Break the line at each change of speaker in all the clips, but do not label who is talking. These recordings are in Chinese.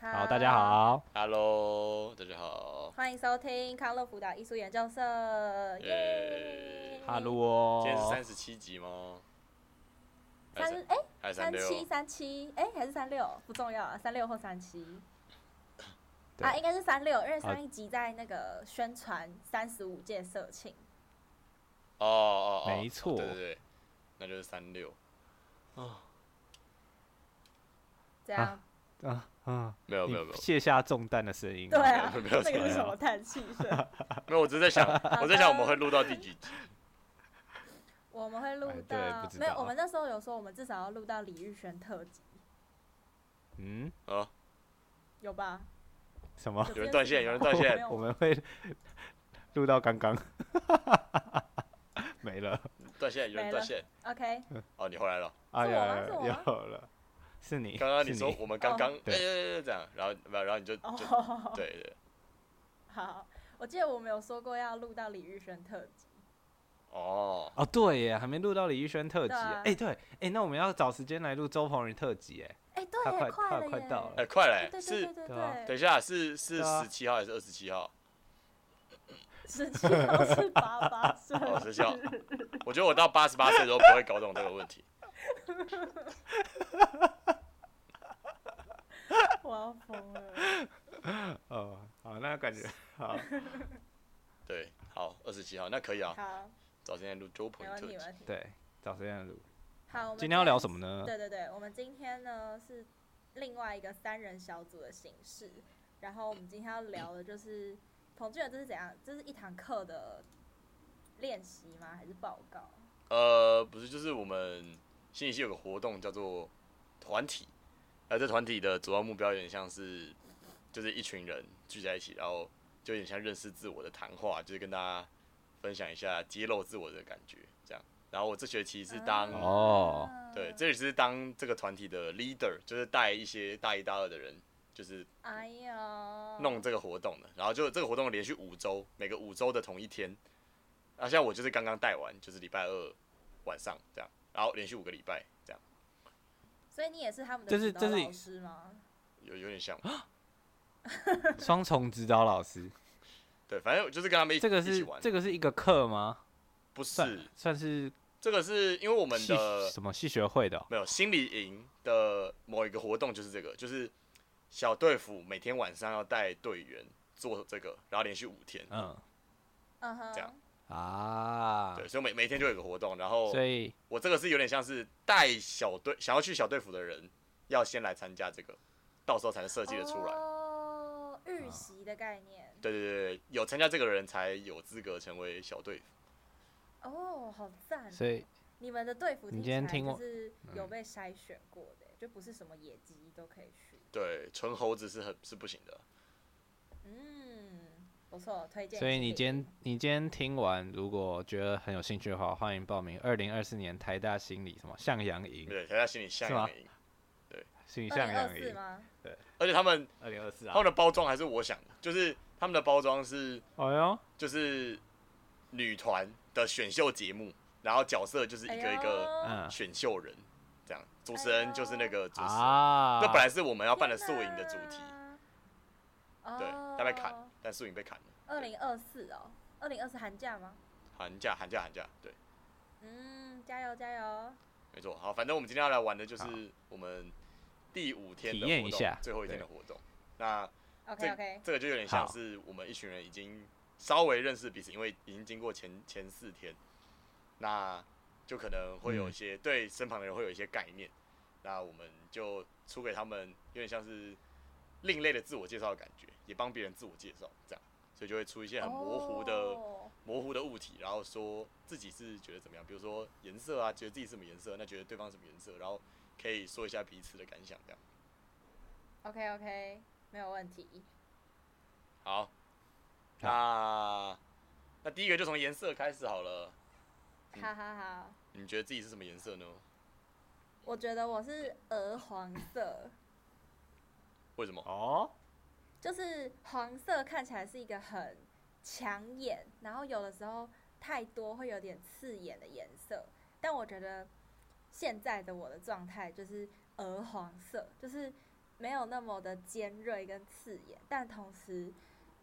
好，大家，好，
Hello，大家好。
欢迎收听康乐辅导艺术研究社，耶
耶！
哈喽
今天是
哦
三，十七集吗？还
三
是
哎
还是三
三七
六？
三七哎还是三六不重要啊，三六或三七
对
啊，应该是三六，因为上一集在那个宣传三十五届社庆，
哦哦哦，
没错
对对对，那就是三六。
这样
啊啊啊，
没有
你
没有没有
卸下重担的声音，
对啊，
嗯没有没有
这个
没有
是啊什么叹气声？
没有，我只是在想，我在想我们会录到第几集？
我们会录
哎对
到
不知
没
道
有？我们那时候有说我们至少要录到李玉轩特辑，
嗯，
啊，
有吧？
什么？
有人断线有人断 线
没有
我们会录到刚刚， 没了
断线，有人
没
断
了
线。
OK，
哦，你回来了。
啊，
是
有
我吗
有
是我吗
有了，是你，
刚刚
是
你说我们刚刚
哦
哎
对
哎哎哎这样，然后没有，然后你就
哦，
就对对
好，我记得我们有说过要录到李玉轩特辑，
哦，
哦，对耶，还没录到李玉轩特辑
对啊
耶，哎，对，哎，那我们要找时间来录周鹏宇特辑，哎，
哎，对
他
耶，
快他
了
快
耶，
到了
哎快
哎
嘞，
对对
是
对对
对啊
对，
等一下是是
对啊
十七号还是二十七号？
十七号是爸爸生
哦
日，
十七号，我觉得我到八十八岁都不会搞懂这个问题。
我要疯了。
哦，好，那感觉好，
对，好，二十七号那可以啊，
好，
找时间录周鹏
没问
宇特
题，没
辑。
问题。
对，找时间录，
好，我们
今天要聊什么呢？
对对对，我们今天呢是另外一个三人小组的形式，然后我们今天要聊的就是彭俊仁这是怎样？这是一堂课的练习吗？还是报告？
呃，不是，就是我们新一期有个活动叫做团体，呃，这团体的主要目标有点像是，就是一群人聚在一起，然后就有点像认识自我的谈话，就是跟大家分享一下揭露自我的感觉，这样。然后我这学期是当，
哦哦
啊
对，这也是当这个团体的 leader，就是带一些大一大二的人，就是
哎呀，
弄这个活动的，然后就这个活动连续五周，每个五周的同一天。那像我就是刚刚带完，就是礼拜二晚上这样，然后连续五个礼拜这样，
所以你也是他们的
这是
指导
这是
老师吗？
有有点像。
啊双重指导老师，
对，反正我就是跟他们一
这个
一起
是
玩，
这个是一个课吗？
不
算
是
算是
这个是因为我们
系
的
什么系学会的哦、
没有心理营的某一个活动就是这个，就是小队服每天晚上要带队员做这个，然后连续五天。
啊
嗯哼，
这样
嗯啊
对，，所以每每天就有一个活动，然后
所以
我这个是有点像是带小队想要去小队服的人，要先来参加这个，到时候才能设计的出来。
哦，预习的概念。
对对对对，有参加这个的人才有资格成为小队服。
哦，好赞！
所以
你们的队服听
你今
起
天
来
听
就
我
是有被筛选过的，就不是什么野鸡都可以去。
对，纯猴子是很是不行的。
嗯，不错，推荐。
所以你今天你今天听完，如果觉得很有兴趣的话，欢迎报名二零二四年台大心理什么向阳营，
对，大家心里
嗯
向
是吗
阳营，
心理
二
向
零
阳
二四
营，哦
吗？
而且他们
二零二四
他们的包装还是我想的，就是他们的包装是
哎
哦
呦，
就是女团的选秀节目，然后角色就是一
哎
个一个
呦哎
嗯
选秀人，这样主持人就是那个主持人。
啊，
那本来是我们要办的宿营的主题，
天哪
对，
哦、
但被砍，但宿营被砍了。
二零二四哦，二零二四寒假吗？
寒假，寒假，寒假，对，
嗯，加油加油！
没错。好，反正我们今天要来玩的就
好
是我们第五天的
体验
活
一
动
下
最后一天的活动。那
OK
这
OK，
这个就有点像
好
是我们一群人已经稍微认识彼此，因为已经经过前前四天，那就可能会有一
嗯
些、对身旁的人会有一些概念。那我们就出给他们有点像是另类的自我介绍的感觉，也帮别人自我介绍，这样，所以就会出一些很模糊的。
哦
模糊的物体，然后说自己是觉得怎么样，比如说颜色啊，觉得自己什么颜色，那觉得对方什么颜色，然后可以说一下彼此的感想，这样。
OK OK，没有问题。
好，那那第一个就从颜色开始好了。嗯
哈哈哈，
你们觉得自己是什么颜色呢？
我觉得我是鹅黄色。
为什么？
哦，
就是黄色看起来是一个很抢眼，然后有的时候太多会有点刺眼的颜色。但我觉得现在的我的状态就是鹅黄色，就是没有那么的尖锐跟刺眼，但同时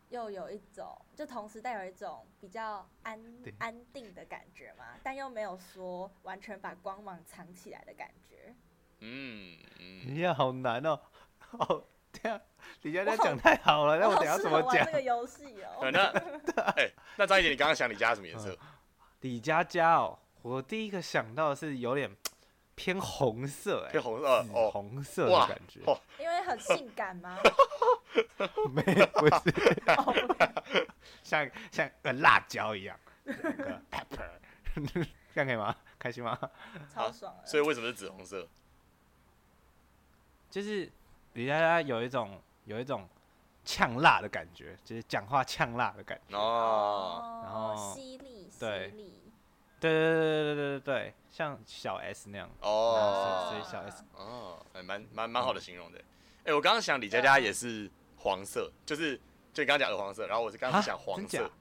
又有一种，就同时带有一种比较安
对
安定的感觉嘛，但又没有说完全把光芒藏起来的感觉。
嗯嗯，
你这样好难哦，哦，这样李佳佳
我好
讲太好了，那我
好
等下
适
怎
合
么
玩
讲
这？个游戏哦
呃，那哎、那张一姐，你刚刚想你家什么颜色？
李佳佳哦，我第一个想到的是有点偏红色、哎，
偏红色
紫
哦，
红色
哇
的感觉，
哦，
因为很性感嘛。
没不是，
哦
像像个辣椒一样，像 个 pepper，这 样可以吗？开心吗？
超爽的。
所以为什么是紫红色？
就是李佳佳有一种有一种呛辣的感觉，就是讲话呛辣的感觉。
哦，
然后
犀利，犀
对
利，
对对对对对对对，像小 S 那样。
啊
哦，
所以小 S
哦，还蛮蛮蛮好的形容的。哎、我刚刚想李佳佳也是黄色，就是就你刚刚讲的黄色，然后我是刚刚
啊
想黄
真
色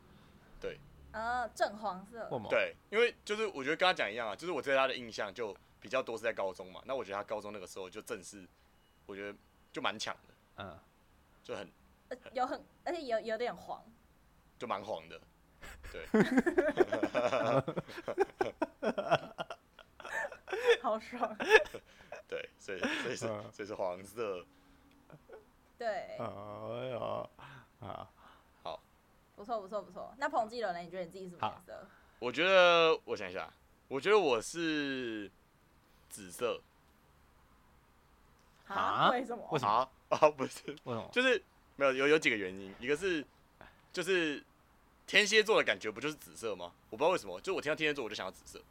假，
呃，正黄色，
为什么？
对，因为就是我觉得跟他讲一样啊，就是我对他的印象就比较多是在高中嘛，那我觉得他高中那个时候就正是，我觉得就蛮强的，
嗯，
就很
呃有很，而且有有点黄，
就蛮黄的，对，
好爽。
对，所以所以是
嗯
所以是黄色，
对，
哦哟，啊，
不错不错不错。那彭继伦呢？你觉得你自己是什么颜色？
我觉得我想一下，啊我觉得我是紫色
啊
为什么？
为什么？
啊啊，不是，
为什么？
就是没有有有几个原因，一个是就是天蝎座的感觉不就是紫色吗？我不知道为什么，就我听到天蝎座我就想要紫色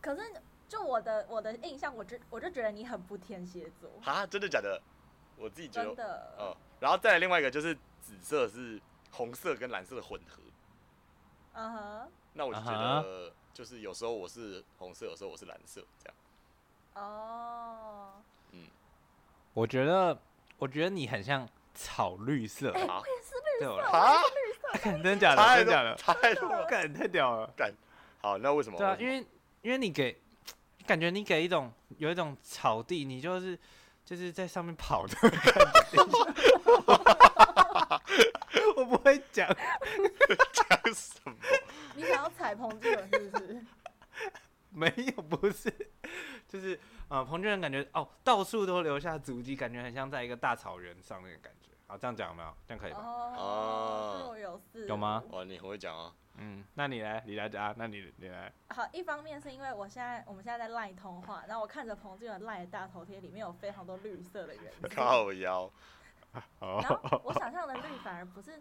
可是就我的我的印象，我就我就觉得你很不天蝎座，
啊，真的假的？我自己觉得
真的。
哦，然后再来另外一个就是紫色是红色跟蓝色的混合，
嗯哼，
那我就觉
啊
得就是有时候我是红色，有时候我是蓝色这样。
哦，
我觉得，我觉得你很像草绿色，
啊
我也是绿
对我来
啊，
看真假的，
太
真
多
假的，
太多了。
干太屌了。
好，那为什么？
对啊，
为
因
什么
为因为你给感觉你给一种有一种草地，你就是就是在上面跑的 感觉。 我不会讲，
讲什么？
你想要踩彭继伦是不 是？
没有，不是，就是啊、呃彭俊仁感觉哦，到处都留下足迹，感觉很像在一个大草原上那个感觉。好，这样讲有没有？这样可以吧？
哦，若有似
有吗
无
哇，你很会讲啊！
嗯，那你来，你来答，那你你来，
好，一方面是因为我现在我们现在在赖通话，然后我看着彭俊的赖的大头贴，里面有非常多绿色的元素，
靠腰，哦
然后
哦，
我想象的绿反而不是，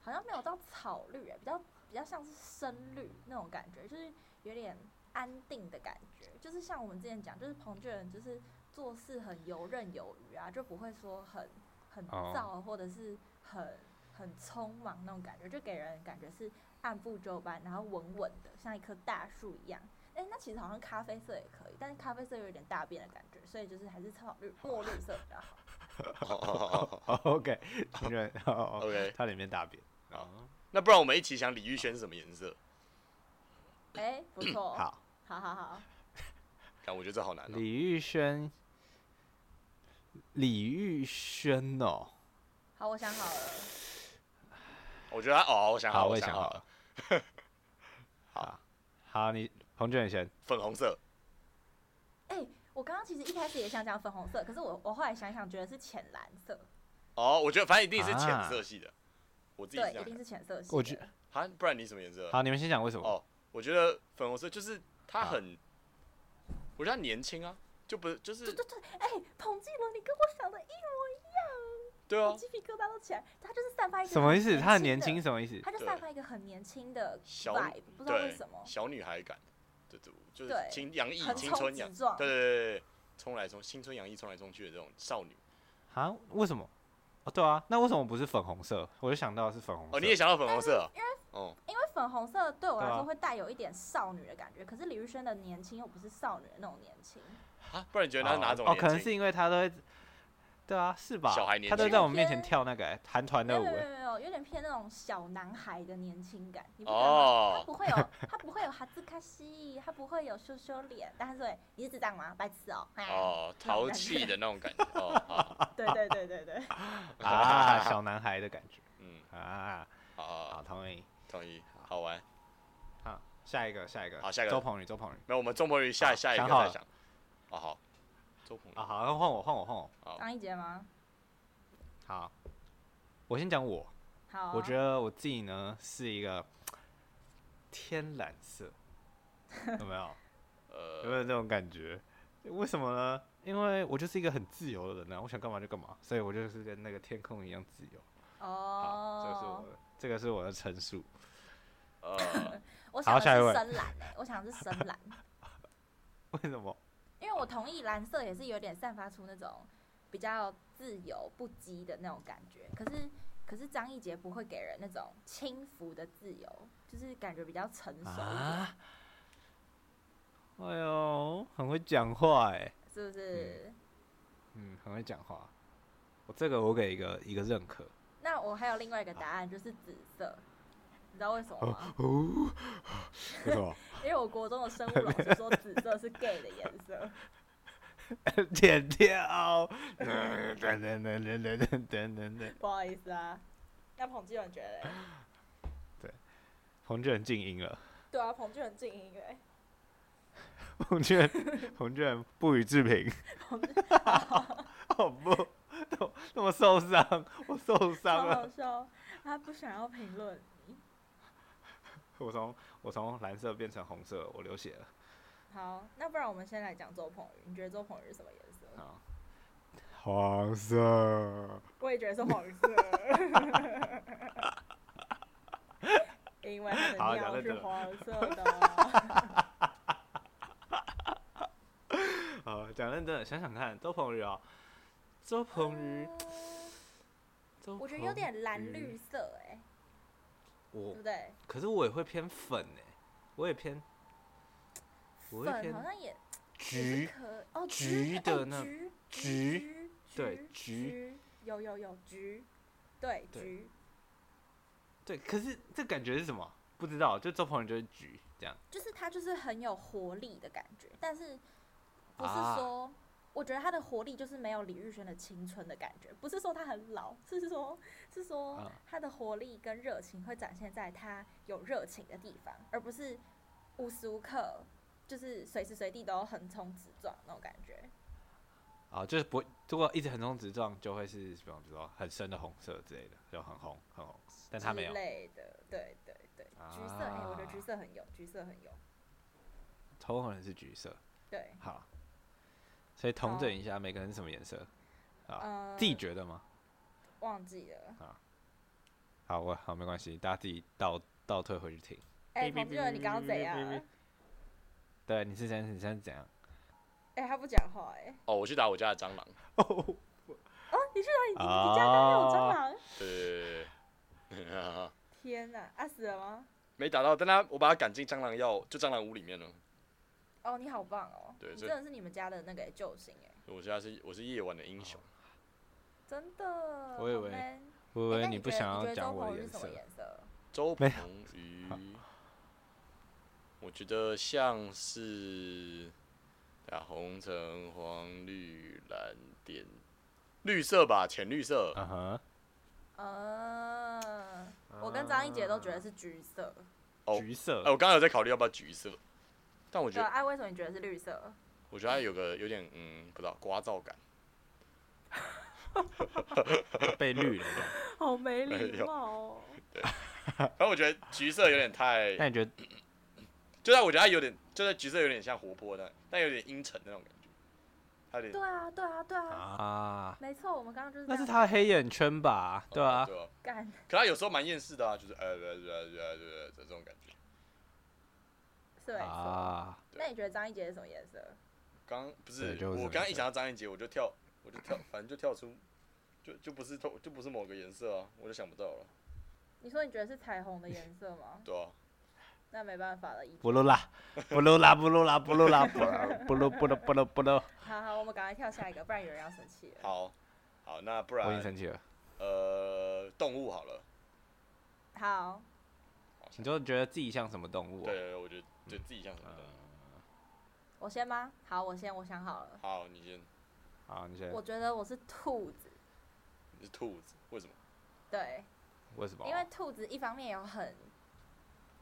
好像没有到草绿、欸，比较比较像是深绿那种感觉，就是有点安定的感觉，就是像我们之前讲，就是彭俊人就是做事很游刃有余啊，就不会说很很
哦
躁或者是很很匆忙那种感觉，就给人感觉是按部就班，然后稳稳的，像一棵大树一样。哎、那其实好像咖啡色也可以，但是咖啡色有点大便的感觉，所以就是还是草绿、墨绿色比较好。
哦，OK，彭俊仁，哦哦哦
OK，
他里面大便。哦
好那不然我们一起想李玉轩是什么颜色？
哎、不错，
好，
好好好，
看，我觉得这好难哦。
李玉轩，李玉轩哦，
好，我想好了，
我觉得他哦，我想好，
我也
想
好
了，
了。好，啊好，你彭俊仁先，
粉红色
哎、我刚刚其实一开始也想讲粉红色，可是我我后来想想觉得是浅蓝色，
哦，我觉得反正一定是浅
啊
色系的，我自己是
对，
这
一
样
定
的。
是浅色系的。
我觉
啊，不然你什么颜色？
好，你们先讲为什么？
哦，我觉得粉红色就是他
好
很，我觉得他年轻啊，就不就是
对对对，哎、彭继伦，你跟我想的一模
对
一样，
啊
我，鸡皮疙瘩都起来。他就是散发一个
什么意思？他很
很
年
年
轻，
轻的，
什么意思？
他就
对
散发一个很年轻的
小
vibe，不知道为
对
什么，
小女孩感，对对，就是
对
青洋溢
横
青
冲
春
直
洋，
撞。
对对对对，冲来冲青春洋溢冲来冲去的这种少女。
啊？为什么？哦，对啊，那为什么不是粉红色？我就想到是粉红色。
哦，你也想到粉红色哦？哦，
因为粉红色对我来
对
说
啊
会带有一点少女的感觉，可是李宇轩的年轻又不是少女的那种年轻。
啊，不然你觉得他是哪种
哦？
年
可
轻？
能是因为他都会，对啊，是吧？
小孩年
他都
轻
在我们面
偏
前跳那个欸韩团
没
的
有
舞
没有
欸，
没有，有点偏那种小男孩的年轻感，你不觉得吗？他
哦
不会有，他不会有哈兹卡西，他不会有羞羞脸，但是对，你是智障吗？白痴哦、哎那
哦，
种
淘
感
气
觉
的那种感觉。哦，好，
对对对对对，
啊，小男孩的感觉
嗯，
啊，
好好，
好，
好
同意。
同意，好玩。
好，下一个，下一个，
好下一个
周鹏宇，周鹏宇。
那我们周末于下
好
下一个
啊想好
再
了
讲。哦，好，周鹏宇
啊，，好，那换我，换我，换我。
好，
张一杰吗？
好，我先讲我，
好啊、
我觉得我自己呢是一个天蓝色，有没有？ 有没
呃，
有这种感觉？为什么呢？因为我就是一个很自由的人啊呢、我想干嘛就干嘛，所以我就是跟那个天空一样自由。好，这个是
哦
我，的，这个是我的陈述。
呃，
我
好
想的
下一位
是深蓝、欸，我想的是深蓝，
为什么？
因为我同意蓝色也是有点散发出那种比较自由不羁的那种感觉，可是可是张艺杰不会给人那种轻浮的自由，就是感觉比较成熟一点，
啊？哎呦，很会讲话哎、
是不是？
嗯，很会讲话。我这个我给一个一个认可。
那我还有另外一个答案，就是紫色。你知道为什么吗？
哦，为什么？
因为我国中的生物老师说紫色是 gay 的颜色。
剪掉。 等等等等等等等等，
不好意思啊。那彭志远觉得嘞？
洪志远静音了。
对啊，彭志远静音乐。
洪志远，洪志远不予置 评。好不，都那么受伤，我受
超
伤
好
了。
笑，他不想要评论你。
我从我从蓝色变成红色，我流血了。
好，那不然我们先来讲周鹏宇。你觉得周鹏宇是什么颜色？
好，黄色。
我也觉得是黄色，因为他
好
的
讲到
尿
这
是
了
黄色的。
好，讲认真的，想想看，周鹏宇啊，周 鹏 宇，周鹏宇
我觉得有点蓝绿。色、哎，对
我
不对？
可是我也会偏粉哎、我也偏我会
粉
偏
好像也也是
橘，
可哦，
橘
哎
的那
橘
橘
橘
对
橘
橘
橘有有有橘，对
对
橘
对，可是这感觉是什么？不知道，就周鹏宇就是橘这样，
就是他就是很有活力的感觉，但是不是
啊
说，我觉得他的活力就是没有李玉轩的青春的感觉，不是说他很老，是说是说
啊
他的活力跟热情会展现在他有热情的地方，而不是无时无刻就是随时随地都横冲直撞那种感觉。
啊，就是不会，如果一直横冲直撞，就会是比方说很深的红色之类的，就很红很红，但他没有
之。类的，对对对，橘色，哎、我觉得橘
啊
色很有，橘色很有，
头红人是橘色，
对，
好，所以统
好
整一下，每个人是什么颜色？啊，
呃
自，己觉得吗？
忘记了。
好，我好没关系，大家自己倒倒退回去听。
哎、
哔哔
彭志文，你刚刚怎
哔哔哔
样？
哔哔对，你是怎你现在是怎样？
哎、他不讲话、哎。
哦，我去打我家的蟑螂。
哦，
哦，你去哪里？你你家刚有蟑螂？
对对对对对，
天哪！啊死了吗？
没打到，但他我把他赶进蟑螂药，就蟑螂屋里面了。
哦，你好棒哦！
对
你
这
真的是你们家的那个救星哎，
我现在是我是夜晚的英雄。
啊
真的。
我以
好
为
man
微
哎
微，
那你
不
觉得
想
你觉得
要讲
周
我
鹏
的
宇
颜
是什么
色？
颜色？
周
没
鹏
有
宇，我觉得像是啊，红橙黄绿蓝靛，绿色吧，浅绿色。
嗯哼，
嗯，
啊
我跟张一杰都觉得是橘色。
哦
橘色
哎、我刚刚有在考虑要不要橘色，但我觉
对啊，
得
啊为什么你觉得是绿色？
我觉得它有个有点嗯，不知道刮噪感。
被绿了这样。
好没
礼
貌哦！
然后我觉得橘色有点太，
那你觉得
就在我觉得它有点，就在橘色有点像活泼的，但有点阴沉的那种感觉，它有
对
点。
啊，对啊，对啊，
啊？
没错，我们刚刚就是这
那
样
是他的黑眼圈吧？对
哦
啊，
对啊，
干
可它有时候蛮厌世的啊，就是呃呃呃呃呃这种感觉。
是没错。
啊，
对
那你觉得张一杰是什么颜色？
刚不是
对就是
我刚刚一
这个
想到张艺杰，我就跳，我就跳，反正就跳出，就就不是透，就不是某个颜色啊，我就想不到了，
你说你觉得是彩虹的颜色吗？
对啊，
那没办法了，已经
不录啦， 不录啦，不录啦， 不录啦，不录不录不录不录不录。
好好，我们赶快跳下一个，不然有人要生气了。
好，好，那不
我已经
然
生气了。
呃，动物好了。
好，
好像
你就觉得自己像什么动物、呃
对
啊？
对，对我觉得就自己像什么的。
嗯
我先吗？好，我先，我想好了，
好，你先，
好，你先
我觉得我是兔子，
你是兔子，为什么？
对，
为什么？
因为兔子一方面有很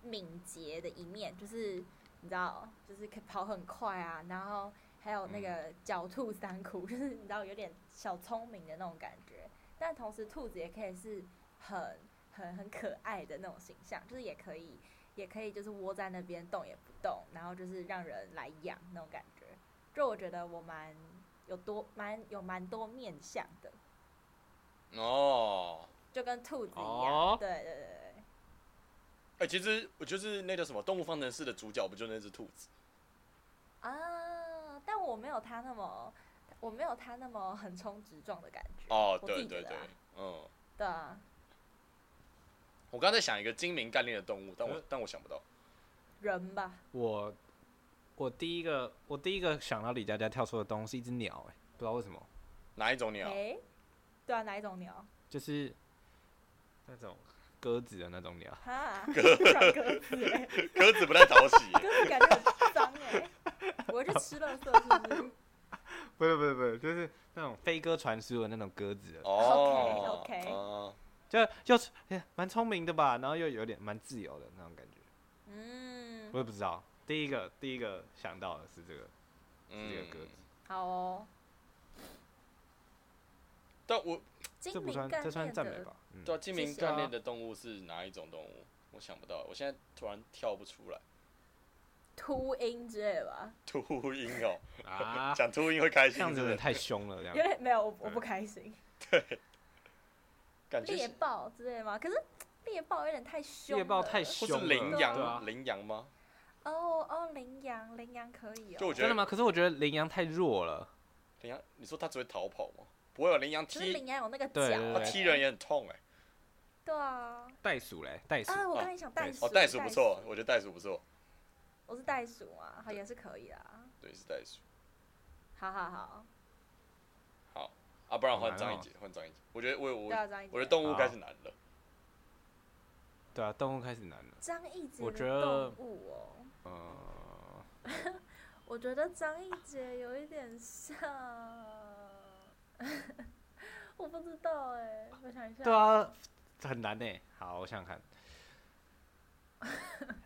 敏捷的一面，就是你知道，就是可以跑很快啊，然后还有那个狡兔三窟，就是你知道有点小聪明的那种感觉。但同时，兔子也可以是很很很可爱的那种形象，就是也可以也可以就是窝在那边动也不动，然后就是让人来养那种感觉。就我觉得我蛮有多蛮有蛮多面相的，
哦，
就跟兔子一样。
哦
对对对对。
哎、其实我就是那叫什么《动物方程式》的主角，不就那只兔子？
啊，但我没有他那么，我没有他那么横冲直撞的感觉。
哦，
我自
对
己
对
觉得
对
啊，
嗯，
对啊，
我刚才想一个精明干练的动物，但我
嗯
但我想不到。
人吧，
我我第一个我第一个想到李佳佳跳出的东西是一只鸟、哎，不知道为什么，
哪一种鸟？
诶，对啊，哪一种鸟？
就是那种鸽子的那种鸟。
哈，小鸽子欸，
鸽子不太讨喜耶。
鸽子感觉很脏哎，我会
哦
去吃垃圾是不是
不是不是不是，就是那种飞鸽传书的那种鸽子的，
哦
OK，OK
哦
就就是哎蛮聪明的吧，然后又有点蛮自由的那种感觉。我
嗯，
也不知道，第一个第一个想到的是这个，
嗯
是这个鸽子。
好哦，
但我
这
精
不
明
算
干
这算
练
赞美
的
吧？嗯，
对啊精明
谢谢哦
干练的动物是哪一种动物？我想不到，我现在突然跳不出来。
秃鹰之类的吧，
秃鹰哦，
啊，
讲秃鹰会开
这
心，
样子有点
真的
太凶了，这
有
样
点没有，我我
嗯
不开心。
感觉
猎
是
豹之类的吗？可是猎豹有点太凶了，
猎豹太
或
凶
是
了，
羚
对啊
羊，羚羊吗？
哦哦，羚羊，羚羊可以哦。
就我觉
真的吗？可是我觉得羚羊太弱了，
羚羊，你说它只会逃跑吗？不会有羚羊
可是
踢，
羚羊有那个
对
角，
对
它
对
哦踢人也很痛哎。
对啊，
袋鼠嘞，袋鼠，
啊，我
哦
刚才想袋鼠，
哦，袋鼠不错，，我觉得袋鼠不错，
我是袋鼠嘛，好也是可以啦。
对，是袋鼠。
好好好，
好啊，不然
好
换
难
张一
哦
杰，换张一杰。我觉得我我
对啊，张一
我觉得
杰，
动物开始难了。
对啊，动物开始难了，
张一杰
我
的
觉得
动物哦，
呃，
我觉得张一杰有一点像， 我不知道哎，我想一下，
对，啊，很难呢。好，我想想看，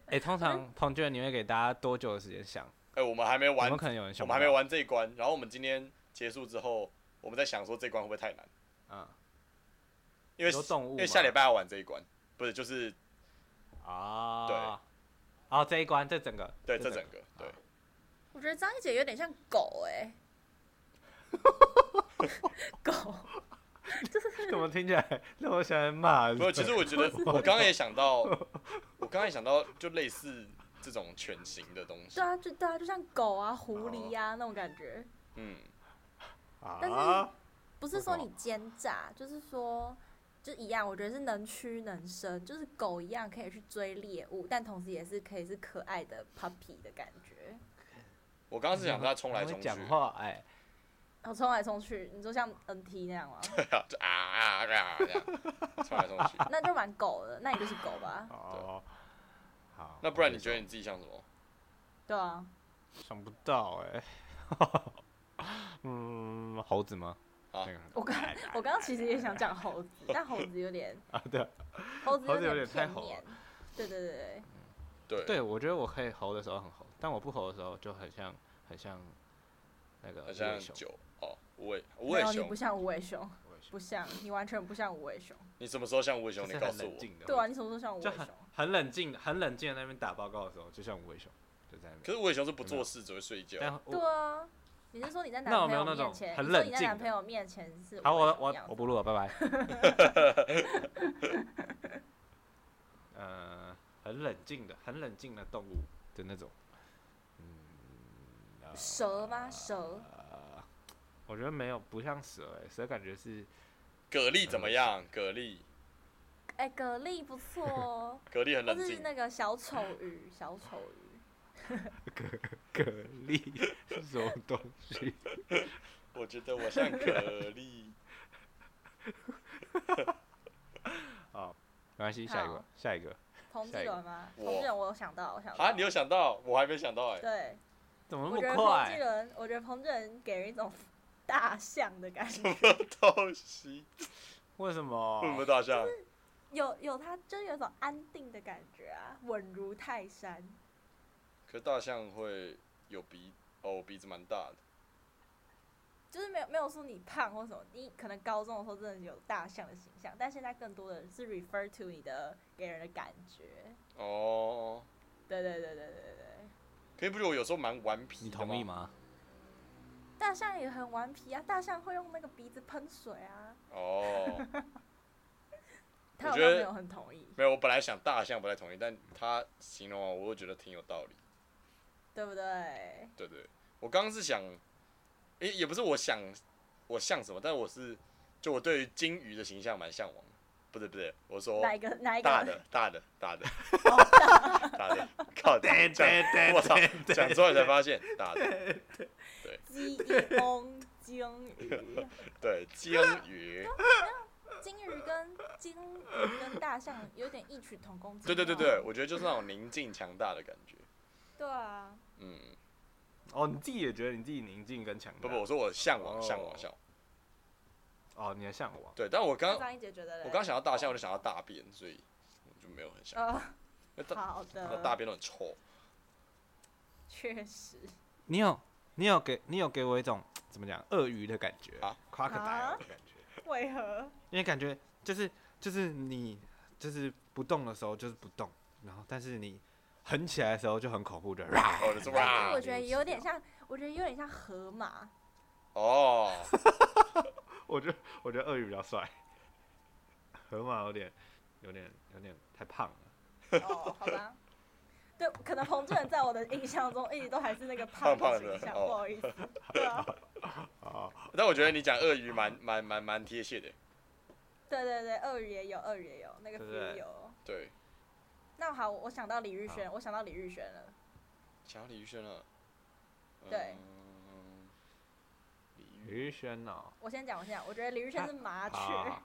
哎，通常彭娟你会给大家多久的时间想？
哎，我们还没
有没
玩
有可能有人
我
想不
们
到？
还没玩这一关，然后我们今天结束之后，我们在想说这一关会不会太难，
嗯，
因为
有动物吗，
因为下礼拜要玩这一关，不是就是
啊，
对，
哦，这一关，这整个，啊
对这整个
好
对，
我觉得张一杰有点像狗 哎，狗，
怎么听起来让我想来骂人？
没有。其实我觉 得我刚刚也想到，我刚刚也想到就类似这种犬型的东西
对，啊，就对啊，就像狗啊、狐狸呀那种感觉。
嗯，
但是
啊，
不
为
是
什
说
么
你奸诈，就是说就一样，我觉得是能屈能伸，就是狗一样可以去追猎物，但同时也是可以是可爱的 puppy 的感觉。
我刚刚是想它冲来
很
冲
会
去，
讲话，哎，
然后冲来冲去，你说像 NT 那样 吗？
对啊，就啊啊啊啊这样冲来冲去。
那就蛮狗的，那你就是狗吧？
哦，好，
那不然你
我
觉得你自己像什么？
对啊，
想不到哎、 嗯，猴子吗？
啊
那个
我刚我刚刚其实也想讲猴子，但猴子有点
啊，对啊
猴子
猴子有
点
点太
片
猴
面。对对对对，
对
对，我觉得我可以猴的时候很猴，但我不猴的时候就很像很像那个
好
无
像
尾熊
九哦，无尾无
没
尾
有你
熊
不，像无尾熊，
无尾熊
不像你完全不像无尾熊。
你什么时候像无尾
就
熊？
是
你告
很
诉我
冷。静的，
对啊，，你什么时候像无尾
就
熊
很？很冷静、很冷静的在那边打报告的时候，就像无尾熊，就在那边。
可是无尾熊是不做事，只会睡觉。
但
对
我
啊，你是说你在男
那我
朋
没有
友
那
面
种
前，
很
你说
冷
你在
静
男
的
朋友面前是
好，
无尾
我
熊
我
样
我
子
不录 了，拜拜。呃，很冷静的、很冷静的动物的那种，嗯，呃
蛇吗？蛇
我觉得没有，不像蛇、欸，蛇感觉是
蛤蜊怎么样？蛤蜊，
哎，蛤蜊不错哦，
蛤蜊很
或
冷
是
静。
那个小丑鱼，小丑鱼。
蛤蜊是什么东西？
我觉得我像蛤蜊，
没关系，下一个
好，
下一个，
彭
下
志
一个
伦吗？
我
彭志伦，我有想到，我想到
啊，你有想到，我还没想到哎、
对，
怎么那
我觉得
么
彭志
快？
伦，我觉得彭志伦给人一种大象的感觉。
东西，
为什么？
为什么大象？
有有他，真有种安定的感觉啊，稳如泰山。
可大象会有鼻哦，我鼻子蛮大的。
就是没有没有说你胖或什么，你可能高中的时候真的有大象的形象，但现在更多的是 refer to 你的给人的感觉。
哦，
对对对对对对，
可以不觉得我有时候蛮顽皮
你
的
同意？ 吗？
大象也很顽皮啊，大象会用那个鼻子喷水啊。
哦，
他
我
好
觉
像
得
没有很同意，
没有，我本来想大象不太同意，但他形容完我又觉得挺有道理。
对不对？
对对，我刚刚是想，也也不是我想我像什么，但我是就我对于金鱼的形象蛮向往的。不对不对，我说
哪一个哪一个？
大的大的大的 大的，靠！讲我操，讲出来才发现大的，
鸡一公鲸鱼，
对鲸鱼，
鲸鱼跟鲸鱼跟大象有点异曲同工之
对
妙。
对对对，我觉得就是那种宁静强大的感觉。
对啊，
嗯，
哦，你自己也觉得你自己宁静跟强大？
不不，我说我向往向往
哦
向往。
哦，你的向往。
对，但我刚
那张一杰觉得嘞，
我刚想到大象，我就想到大便，所以我就没有很想。
呃，
那大
好
那大
的，
便都很臭。
确实
你有你有给你有给我一种怎么讲鳄鱼的感觉
啊
，crocodile 的感觉，
为何？
因为感觉就是就是你就是不动的时候就是不动，然后但是你横起来的时候就很恐怖的，
哦就是
但
啊
哇
是我觉得有点像，我觉得有点像河马，
哦，
我觉得我觉得鳄鱼比较帅，河马有点有点有点太胖了。
哦，好吧。对，可能彭志远在我的印象中一直都还是那个胖
胖
的
胖的
形象，
哦
不好意思，对啊，
哦，
但我觉得你讲鳄鱼蛮蛮蛮蛮贴切的。
对对对，鳄鱼也有，鳄鱼也有，那个 f
对不对
e 有。
对，
那好，我想到李玉轩，我想到李玉轩了，
讲到李宇轩了。
对
嗯。李宇
李宇轩哦，
我先讲，我先讲，我觉得李玉啊轩是麻雀，
好，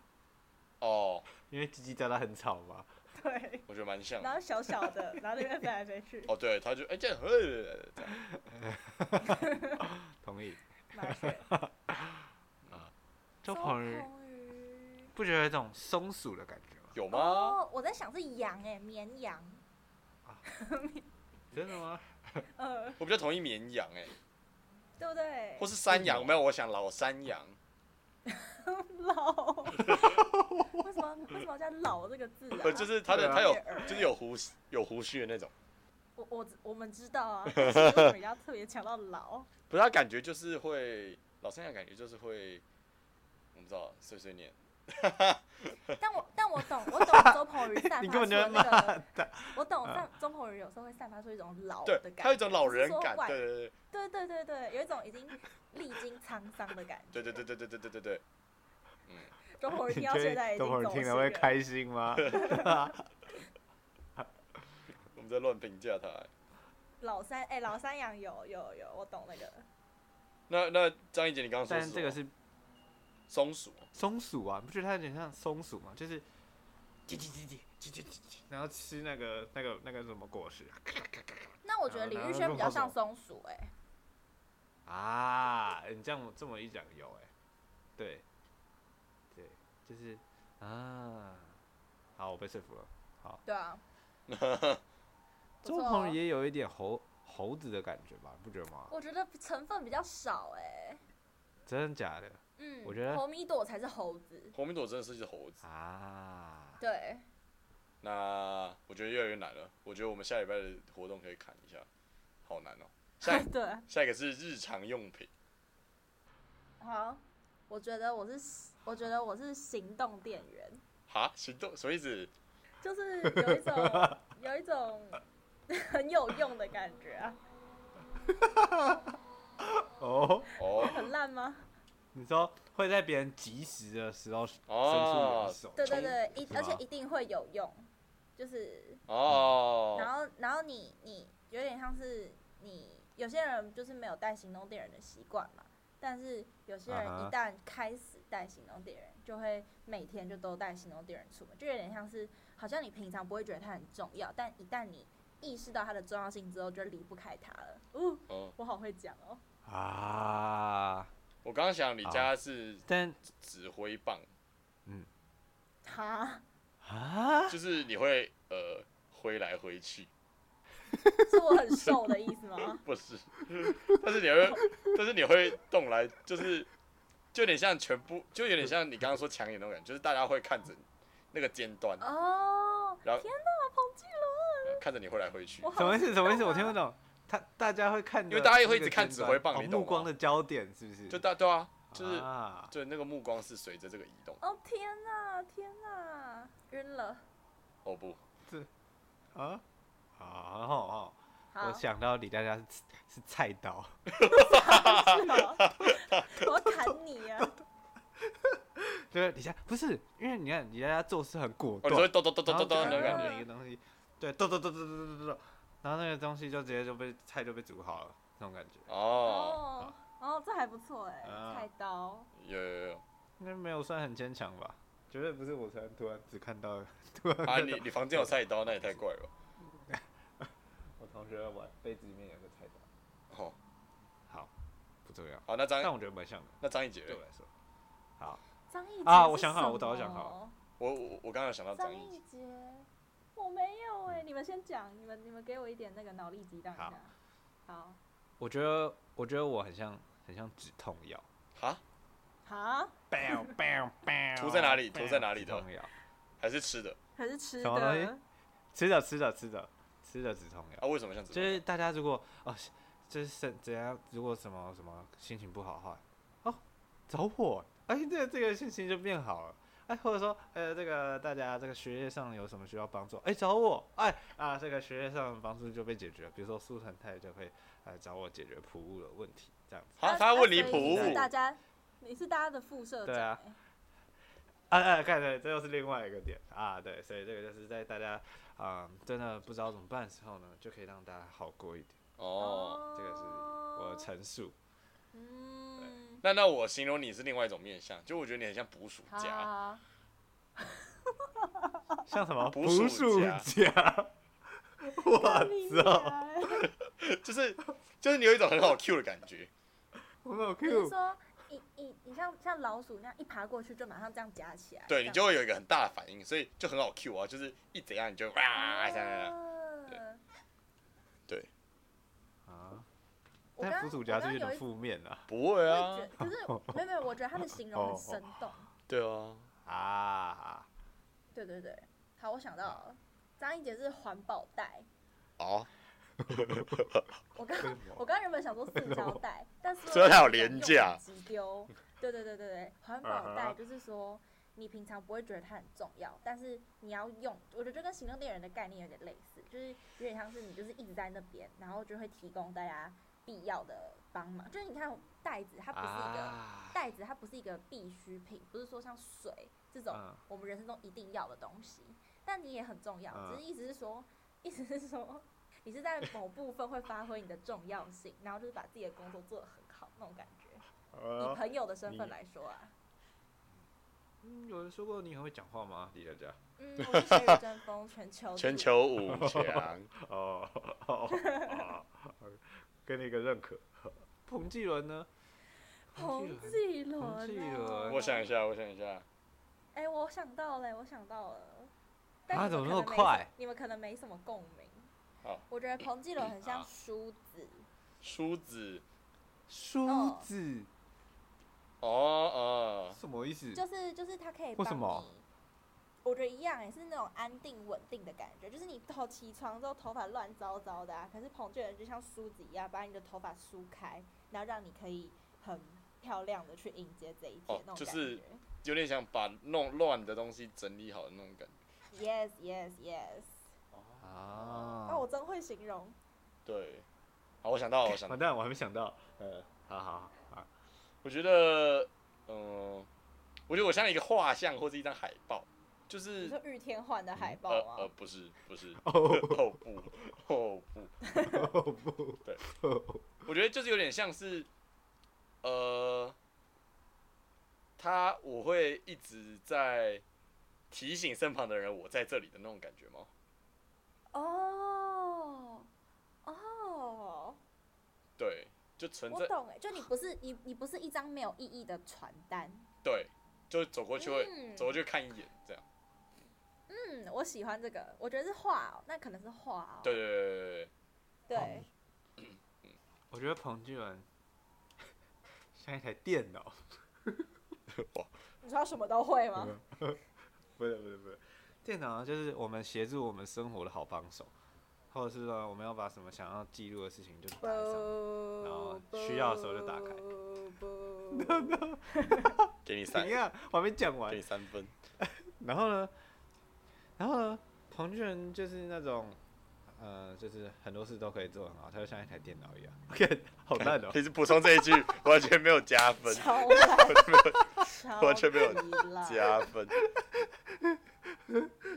哦，
因为叽叽喳喳很吵嘛。
对，
我觉得蛮像的。
然后小小的，然后那边飞来飞去，
哦，对，他就哎这样，呃这样
同意。
麻雀。
周
鹏
鹏宇
宇
不觉得有一种松鼠的感觉吗？
有吗？
哦，我在想是羊哎、绵羊，
真的吗？
呃，
我比较同意绵羊哎，
对不对
或？是山羊，没有，我想老山羊。
老，为什么为什么叫老这个字啊？
呃，就是他的
对啊
他有
耳
就是有胡有胡须的那种，
我我知我们知道 啊，但是为什么要特别强调老？
不是他感觉就是会老山羊感觉就是会，我不知道碎碎念。
但我但我懂，我懂周鹏宇散发
你
出
根本就
的
在
那个，我懂散周鹏宇有时候会散发出一种老
对
的，感觉，
他有一种老
就是
人
说
感，
外
对对
对对对对，有一种已经历经沧桑的感觉。
对对对对对对对对对，
周鹏宇
你
听
觉
到现在
得
已经
周
走
鹏
了
宇
心
听
了
了会开心吗？
我们在乱评价他欸。
老三哎、老三羊有有有，我懂那 个。
那那张一杰，你刚刚 说
但
什么
这个是
松鼠，
松鼠啊，你不觉得它有点像松鼠吗？就是叽叽叽叽叽叽叽叽，然后吃那个那个那个什么果实
那我觉得李玉轩比较像松鼠哎、
啊？你这样这么一讲有哎、对对，就是啊，好，我被说服了。
对 啊。不
周
错
鹏宇
哦
也有一点猴猴子的感觉吧，不觉得吗？
我觉得成分比较少哎、
真的假的
嗯，
我觉得
红米朵才是猴子。
红米朵真的是一只猴子。
啊？
对，
那我觉得越来越难了，我觉得我们下礼拜的活动可以砍一下，好难哦。下一
对，
下一个是日常用品，
好，我觉得我是，我觉得我是行动电源，
哈，行动什么意思？
就是有一 种有一种 很有用的感觉啊，
哦，
哦
很烂吗？
你说会在别人及时的时候伸出援
哦
手，
对对对，一
是吗
而且一定会有用，就是然
哦，
后然后你你有点像是你有些人就是没有带行动电源的习惯嘛，但是有些人
啊哈
一旦开始带行动电源，就会每天就都带行动电源出门，就有点像是好像你平常不会觉得它很重要，但一旦你意识到它的重要性之后，就离不开它了。哦，
哦，
我好会讲哦。
啊，
我刚刚想你
哦
家是
但
指挥棒，
哈，
啊，
就是你会呃挥来挥去，
是我很瘦的意思 吗？
不是，但是你会，但是你会动来，就是就有点像全部，就有点像你刚刚说抢眼那种感觉，就是大家会看着那个尖端，
哦，
然后
天哪，彭俊龙，
呃看着你挥来挥去
哦我。好
什么意思？
激
什么意思？
动
我
啊
听不懂。他大家会看着那
因
个尖端，
为大家也会一直看指挥棒
哦
你懂
目
吗
光的焦点是不是？
就大对啊，就是
啊，
对那个目光是随着这个移动。
哦天哪，天哪，晕了。
哦不，
啊，啊哦哦，
好，
我想到李佳佳是是菜刀，
是吗我要砍你啊！
对，李佳不是，因为你看李佳佳做事很果
哦
断
你，说咚咚咚
然
咚
后
咚咚那
就
种
让
感
每
觉，
个东西，对，咚咚咚咚咚咚咚咚，然后那个东西就直接就被菜就被煮好了，那种感觉，
哦，
哦哦，这还不错哎，
啊
菜刀。
有有有，
应该没有算很牵强吧？绝对不是我才突然只看到， 突然
啊
看
你
到
你房间有菜刀，那也太怪了吧。
我同学玩杯子里面有个菜刀，
哦，哎
好，不重要，
好，那
但
张
我觉得蛮像的，
那张一杰嘞，
对我来说，好，
张艺
啊
杰
我
是
想好了
什
我早就
么
想好
我我我刚刚有想到张
张
一
艺
杰，
杰，我没有
嗯
哎，你们先讲，你们你们给我一点那个脑力激荡一
好
下。好，
我觉得我觉得我很像很像止痛药。
哈，
好，
bang bang bang，
涂在哪里涂在哪里的
止痛药，
还是吃的
可是吃
什么东西
的
吃的吃的吃的吃的止痛药。
啊？为什么像这
就是
样？
大家如果哦，就是怎怎样，如果什么什么心情不好的话，哦，找我，哎，这个这个心情就变好了。哎，或者说，呃，这个大家这个学业上有什么需要帮助？哎，找我，哎啊，这个学业上的帮助就被解决了。比如说苏成泰就会呃找我解决普物的问题，这样子。
啊，
那
他
那
问你
所以
普
你是
物，
大家，你是大家的副社
对啊
长哎。
啊啊，看对，这又是另外一个点啊，对，所以这个就是在大家啊、真的不知道怎么办的时候呢，就可以让大家好过一点。
哦，
这个是我的
哦
陈述，
嗯，
那那我形容你是另外一种面相，就我觉得你很像捕鼠
好好
夹，
好
像什么
捕
捕
鼠
鼠
夹
夹，我操，
我
就是就是你有一种很好 Q 的感觉，
我好
是
Q，
说，你你你像像老鼠那样一爬过去就马上这样夹起来，
对你
这样
就会有一个很大的反应，所以就很好 Q 啊，就是一怎样你就
哦
哇啊这样这样，对
嗯
啊，
我
但
刚
捕鼠夹
我
是
刚
有
有
点
一
负面啊
不会啊
我， 也觉得可是没有没有，我觉得他的形
哦
容很生动。
对啊，
啊，
对对对，好，我想到了，张一杰是环保袋。
哦，
我刚
为什么
我刚原本想说塑胶 袋，但是
塑胶袋好廉价嗯
急 丢。对对对对对，环保
啊哈
袋就是说你平常不会觉得它很重要，但是你要用，我觉得就跟行动电源的概念有点类似，就是有点像是你就是一直在那边，然后就会提供大家必要的帮忙。就是你看袋子，它不是一个
啊，
袋子它不是一个必需品，不是说像水这种
嗯
我们人生中一定要的东西，但你也很重要。
嗯
只是意思是说，意思是说，你是在某部分会发挥你的重要性，然后就是把自己的工作做得很好那种感觉。以
啊
呃
朋友的身份
你
来说 啊，
嗯有人说过你很会讲话吗？李佳佳，
嗯，我是谁与争锋全球
全
第一
球五强，
哦，哦哦哦给你一个认可。 彭继伦
哦
呢？
彭继伦啊，
彭继伦
我想一下，我想一下，
哎、我想到了，我想到了。但
啊
你们
怎么
可能没
那么快
什？你们可能没什么共鸣。
好
我觉得彭继伦很像
好
梳子，
梳子，
梳子
哦哦，
什么意思？
就是就是它可以
为什
帮
么
你我觉得一样也欸是那种安定稳定的感觉，就是你头起床之后头发乱糟糟的啊，可是彭俊仁就像梳子一样把你的头发梳开，然后让你可以很漂亮的去迎接这一天、
哦
那
就
种感
是
觉。
有点想把弄乱的东西整理好的那种感觉。
Yes yes yes，
啊
啊，我真会形容。
对，好，我想到了，哦我想到
完
了，
蛋，我还没想到。呃，好好好，，
我觉得，嗯、我觉得我像一个画像或是一张海报，就
你
是
说玉天焕的海报啊
呃
吗？
呃，不是不是
哦
哦不哦不，
不，
我觉得就是有点像是呃，他我会一直在提醒身旁的人我在这里的那种感觉吗？嗯
哦哦，
对，就存
我
在
懂哎，就你不是你你不是一张没有意义的传单。
对，就走过去会、
嗯
走过去看一眼这样。
嗯，我喜欢这个，我觉得是画哦，那可能是画哦。
对对对对对
对
我觉得彭俊文像一台电脑，
你说他什么都会吗？
不是不是不是，电脑就是我们协助我们生活的好帮手，或者是说我们要把什么想要记录的事情就打上。然后需要的时候就打开
开。
对，给你
怎
三，
样？我还没讲完
给。你三分。
然后呢，然后呢，彭俊仁就是那种，呃，就是很多事都可以做很好，他就像一台电脑一样。 看，好烂哦、
你是补充这一句，完全没有加分，
超烂，超
完全没有
级烂
加分。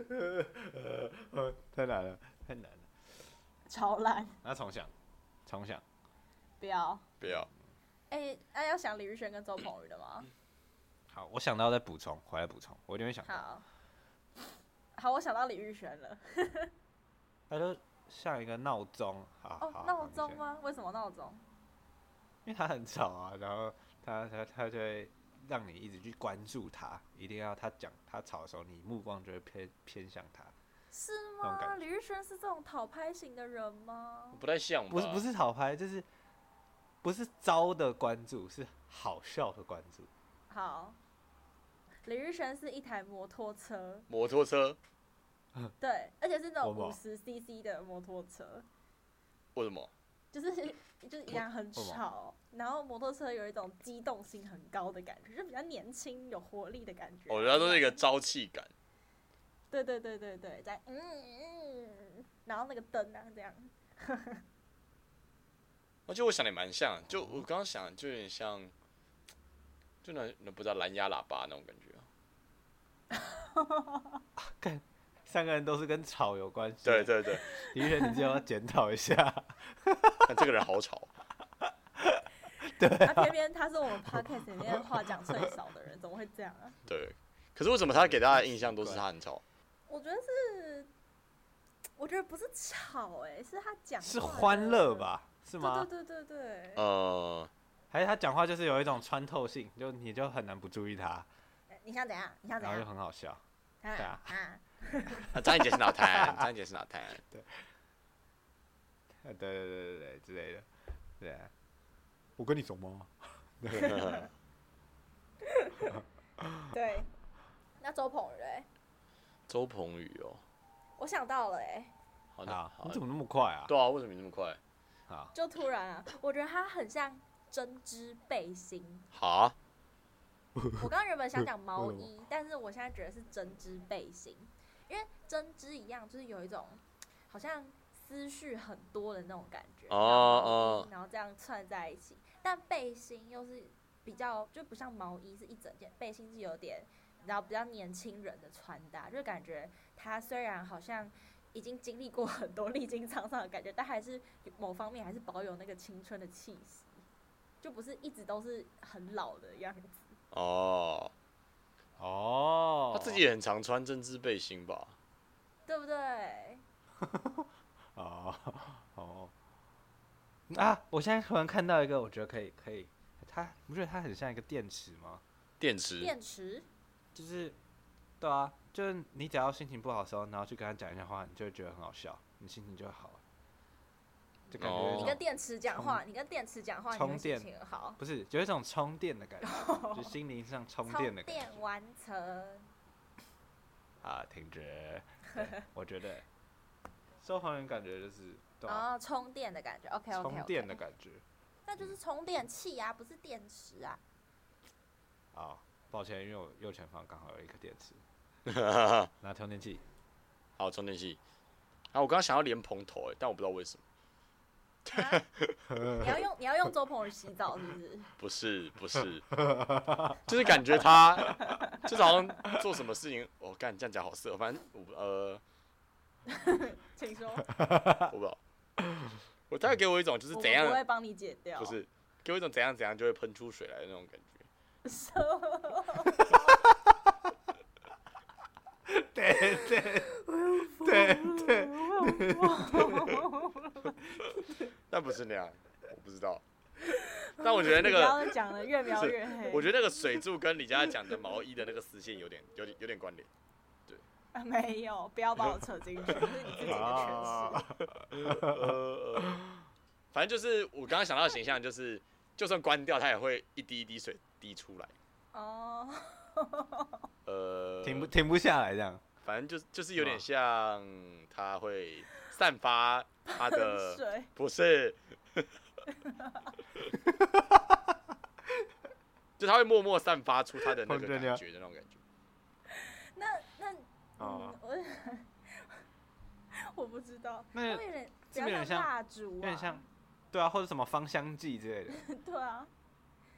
呃呃，太难了，太难了。
超烂，
那重想，重想，
不要。
不要，
哎，那要想李宇轩跟周鹏宇的吗？
好，我想到再补充，回来补充，我一定会想到。
好，好，我想到李宇轩了。
他就像一个闹钟，好，
哦
好，
闹钟？
好你先
吗？为什么闹钟？
因为他很吵啊，然后他他他就会让你一直去关注他，一定要他讲他吵的时候，你目光就会偏偏向他。
是
那种感
吗？李宇轩是这种讨拍型的人吗？
不太像吧？
不是不，是讨拍，就是不是招的关注，是好笑的关注。
好，李宇轩是一台摩托车，
摩托车
对，而且是那种
为什么
五十 CC 的摩托车，
为什么？
就是就是一样很
为什么
吵，然后摩托车有一种机动性很高的感觉，就比较年轻有活力的感觉。
哦我觉得都是一个朝气感。
对对对对对，在嗯嗯，然后那个灯啊这样，
而且我想的也蛮像，就我刚刚想就有点像，就那那不知道蓝牙喇叭那种感觉啊。
三个人都是跟吵有关系。
对，对对，
李宇轩，你就要检讨一下。
但这个人好吵，
啊偏偏他是我们 podcast 里面话讲最少的人，怎么会这样啊？
对。可是为什么他给大家的印象都是他很吵？
我觉得是，我觉得不是吵哎、是他讲
是
话的
欢乐？吧？是
对
吗？
对对对对，
呃，
还是他讲话就是有一种穿透性，就你就很难不注意他，
呃你想怎样？你想怎
然后就
样？
很好笑。
啊
对啊
啊！
那张一杰是脑瘫，张一杰是脑瘫。
呃， 对对对对对之类的，对啊。我跟你走吗？
对，那周鹏宇嘞？
周鹏宇哦，
我想到了哎、
好的，
啊，
哦好
你
的
怎么那么快啊？
对啊，为什么你那么快？
啊，
就突然啊，我觉得他很像针织背心。
好，
我刚刚原本想讲毛
为
嗯
衣，但是我现在觉得是针织背心，因为针织一样就是有一种好像思绪很多的那种感觉。
哦
然后毛衣
哦
然后这样串在一起，但背心又是比较就不像毛衣是一整件，背心是有点然后比较年轻人的穿搭，就感觉他虽然好像。已经经历过很多历经沧桑的感觉，但还是某方面还是保有那个青春的气息，就不是一直都是很老的样子。
哦，
哦，
他自己也很常穿针织背心吧？
对不对？
哦哦啊！我现在突然看到一个，我觉得可以可以，它你不觉得它很像一个电池吗？
电池，
电池
就是对啊，就是你只要心情不好的时候，然后去跟他讲一下话，你就会觉得很好笑，你心情就会好了，就感觉有一
哦
你
种、
跟电池讲话，你跟电池讲话，你
充
会心
电
情很好。
不是有一种充电的感觉，就心灵上充电的感觉
电完成，
啊！停止，对我觉得收好人感觉就是对
然
啊，
后充电的感觉。OK 哦 OK
充电的感觉
那就是充电器啊，不是电池 啊。
啊。抱歉，因为我右前方刚好有一颗电池，拿充电器。
好，充电器。啊，我刚刚想要连蓬头，哎，但我不知道为什么。
啊你要用你要用周鹏宇洗澡是不 是？
不是不是， 就是感觉他就是好像做什么事情，我、干这样讲好色，反正我不呃
请说，
我不知道，我大概给我一种就是
我
怎
们不
样
会帮你解掉。
不是给我一种怎样怎样就会喷出水来的那种感觉。
对对对对，
但不是那样，我不知 道。但我觉得那
你不
个，
要讲的越描越黑。
我觉得那个水柱跟李佳讲的毛衣的那个丝线有点、有点、有点关联。
得啊没有，不要把我扯进去，这是你自己的诠释。
啊，
呃，反正就是我刚刚想到的形象，就是就算关掉，它也会一滴一滴水滴出来。
哦，
呃，
停不停不下来这样，
反正就是就是有点像它会散发它
喷
的，
水，
不是， 就它会默默散发出它的那
哦
个
对
感
对啊
觉的那种感觉。
那那
哦
嗯，我 我不知道，
那
会有点比
是不是
较
有点像
蜡烛、啊，
有点像，对啊，或者什么芳香剂之类 的，
对啊，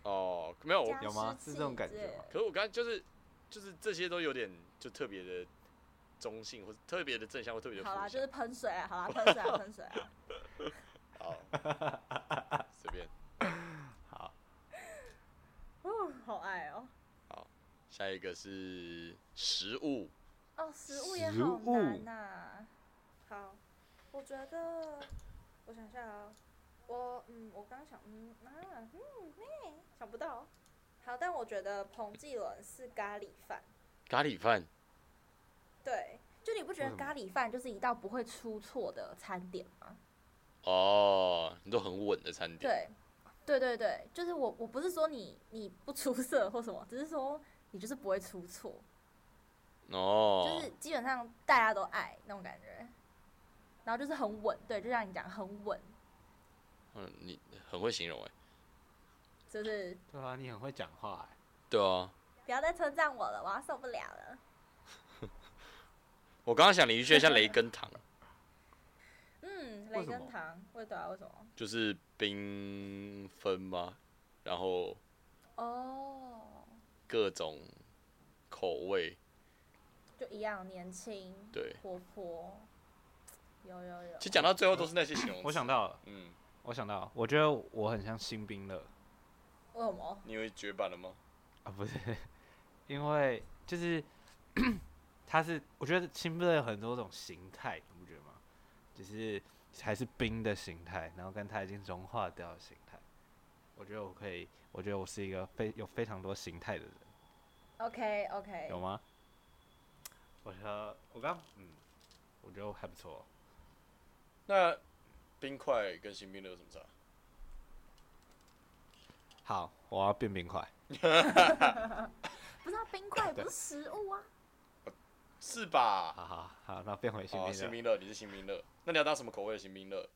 哦，没有，我
加
有吗
湿
是这
器
种感
之
觉
类
吗
的
可是我刚才就是就是这些都有点就特别的中性，或者特别的正向，或特别的负
好啦，
向。
就是喷水啊，好啦，喷 水啊，喷水啊。
好， 随便。
好，
哦，好爱哦。
下一个是食物，
哦，食物也
食
好
物
难呐、好，我觉得，我想一下啊，我嗯，我刚想，嗯啊，嗯，那、想不到。好，但我觉得彭继伦是咖喱饭，
咖喱饭。
对，就你不觉
为
得
什么
咖喱饭就是一道不会出错的餐点吗？
哦，你都很稳的餐点。
对，对对对，就是我我不是说你你不出色或什么，只是说你就是不会出错，就
哦
是，基本上大家都爱那种感觉，然后就是很稳，对，就像你讲很稳，
嗯，你很会形容哎、
就是
对啊，你很会讲话欸，
对啊，
不要再称赞我了，我要受不了了。
我刚刚想李玉轩像雷根糖，
嗯，
为
雷
什
根
么
糖，味道为什么？
就是缤纷吗？然后
哦，
各种口味，
就一样年轻，
对。
活泼，有有有
其实。讲到最后都是那些形容词。
我想，到了，
嗯，
我想到了，我觉得我很像新兵了。
为什么？
你会绝版了吗？
啊，不是， 因为就是 它是，我觉得新兵有很多种形态，你不觉得吗？就是还是冰的形态，然后跟它已经融化掉的形态。我觉得我可以，我觉得我是一个非有非常多形态的人，
OK OK，
有吗？我说，我刚，嗯，我觉得我还不错。
那冰块跟新冰的有什么差？
好，我要变冰块。
不是啊，冰块不是食物啊。
是吧？
好好好，那变回新
哦，
兵
啊新
了。
冰乐，你是新冰乐，那你要当什么口味的新冰乐？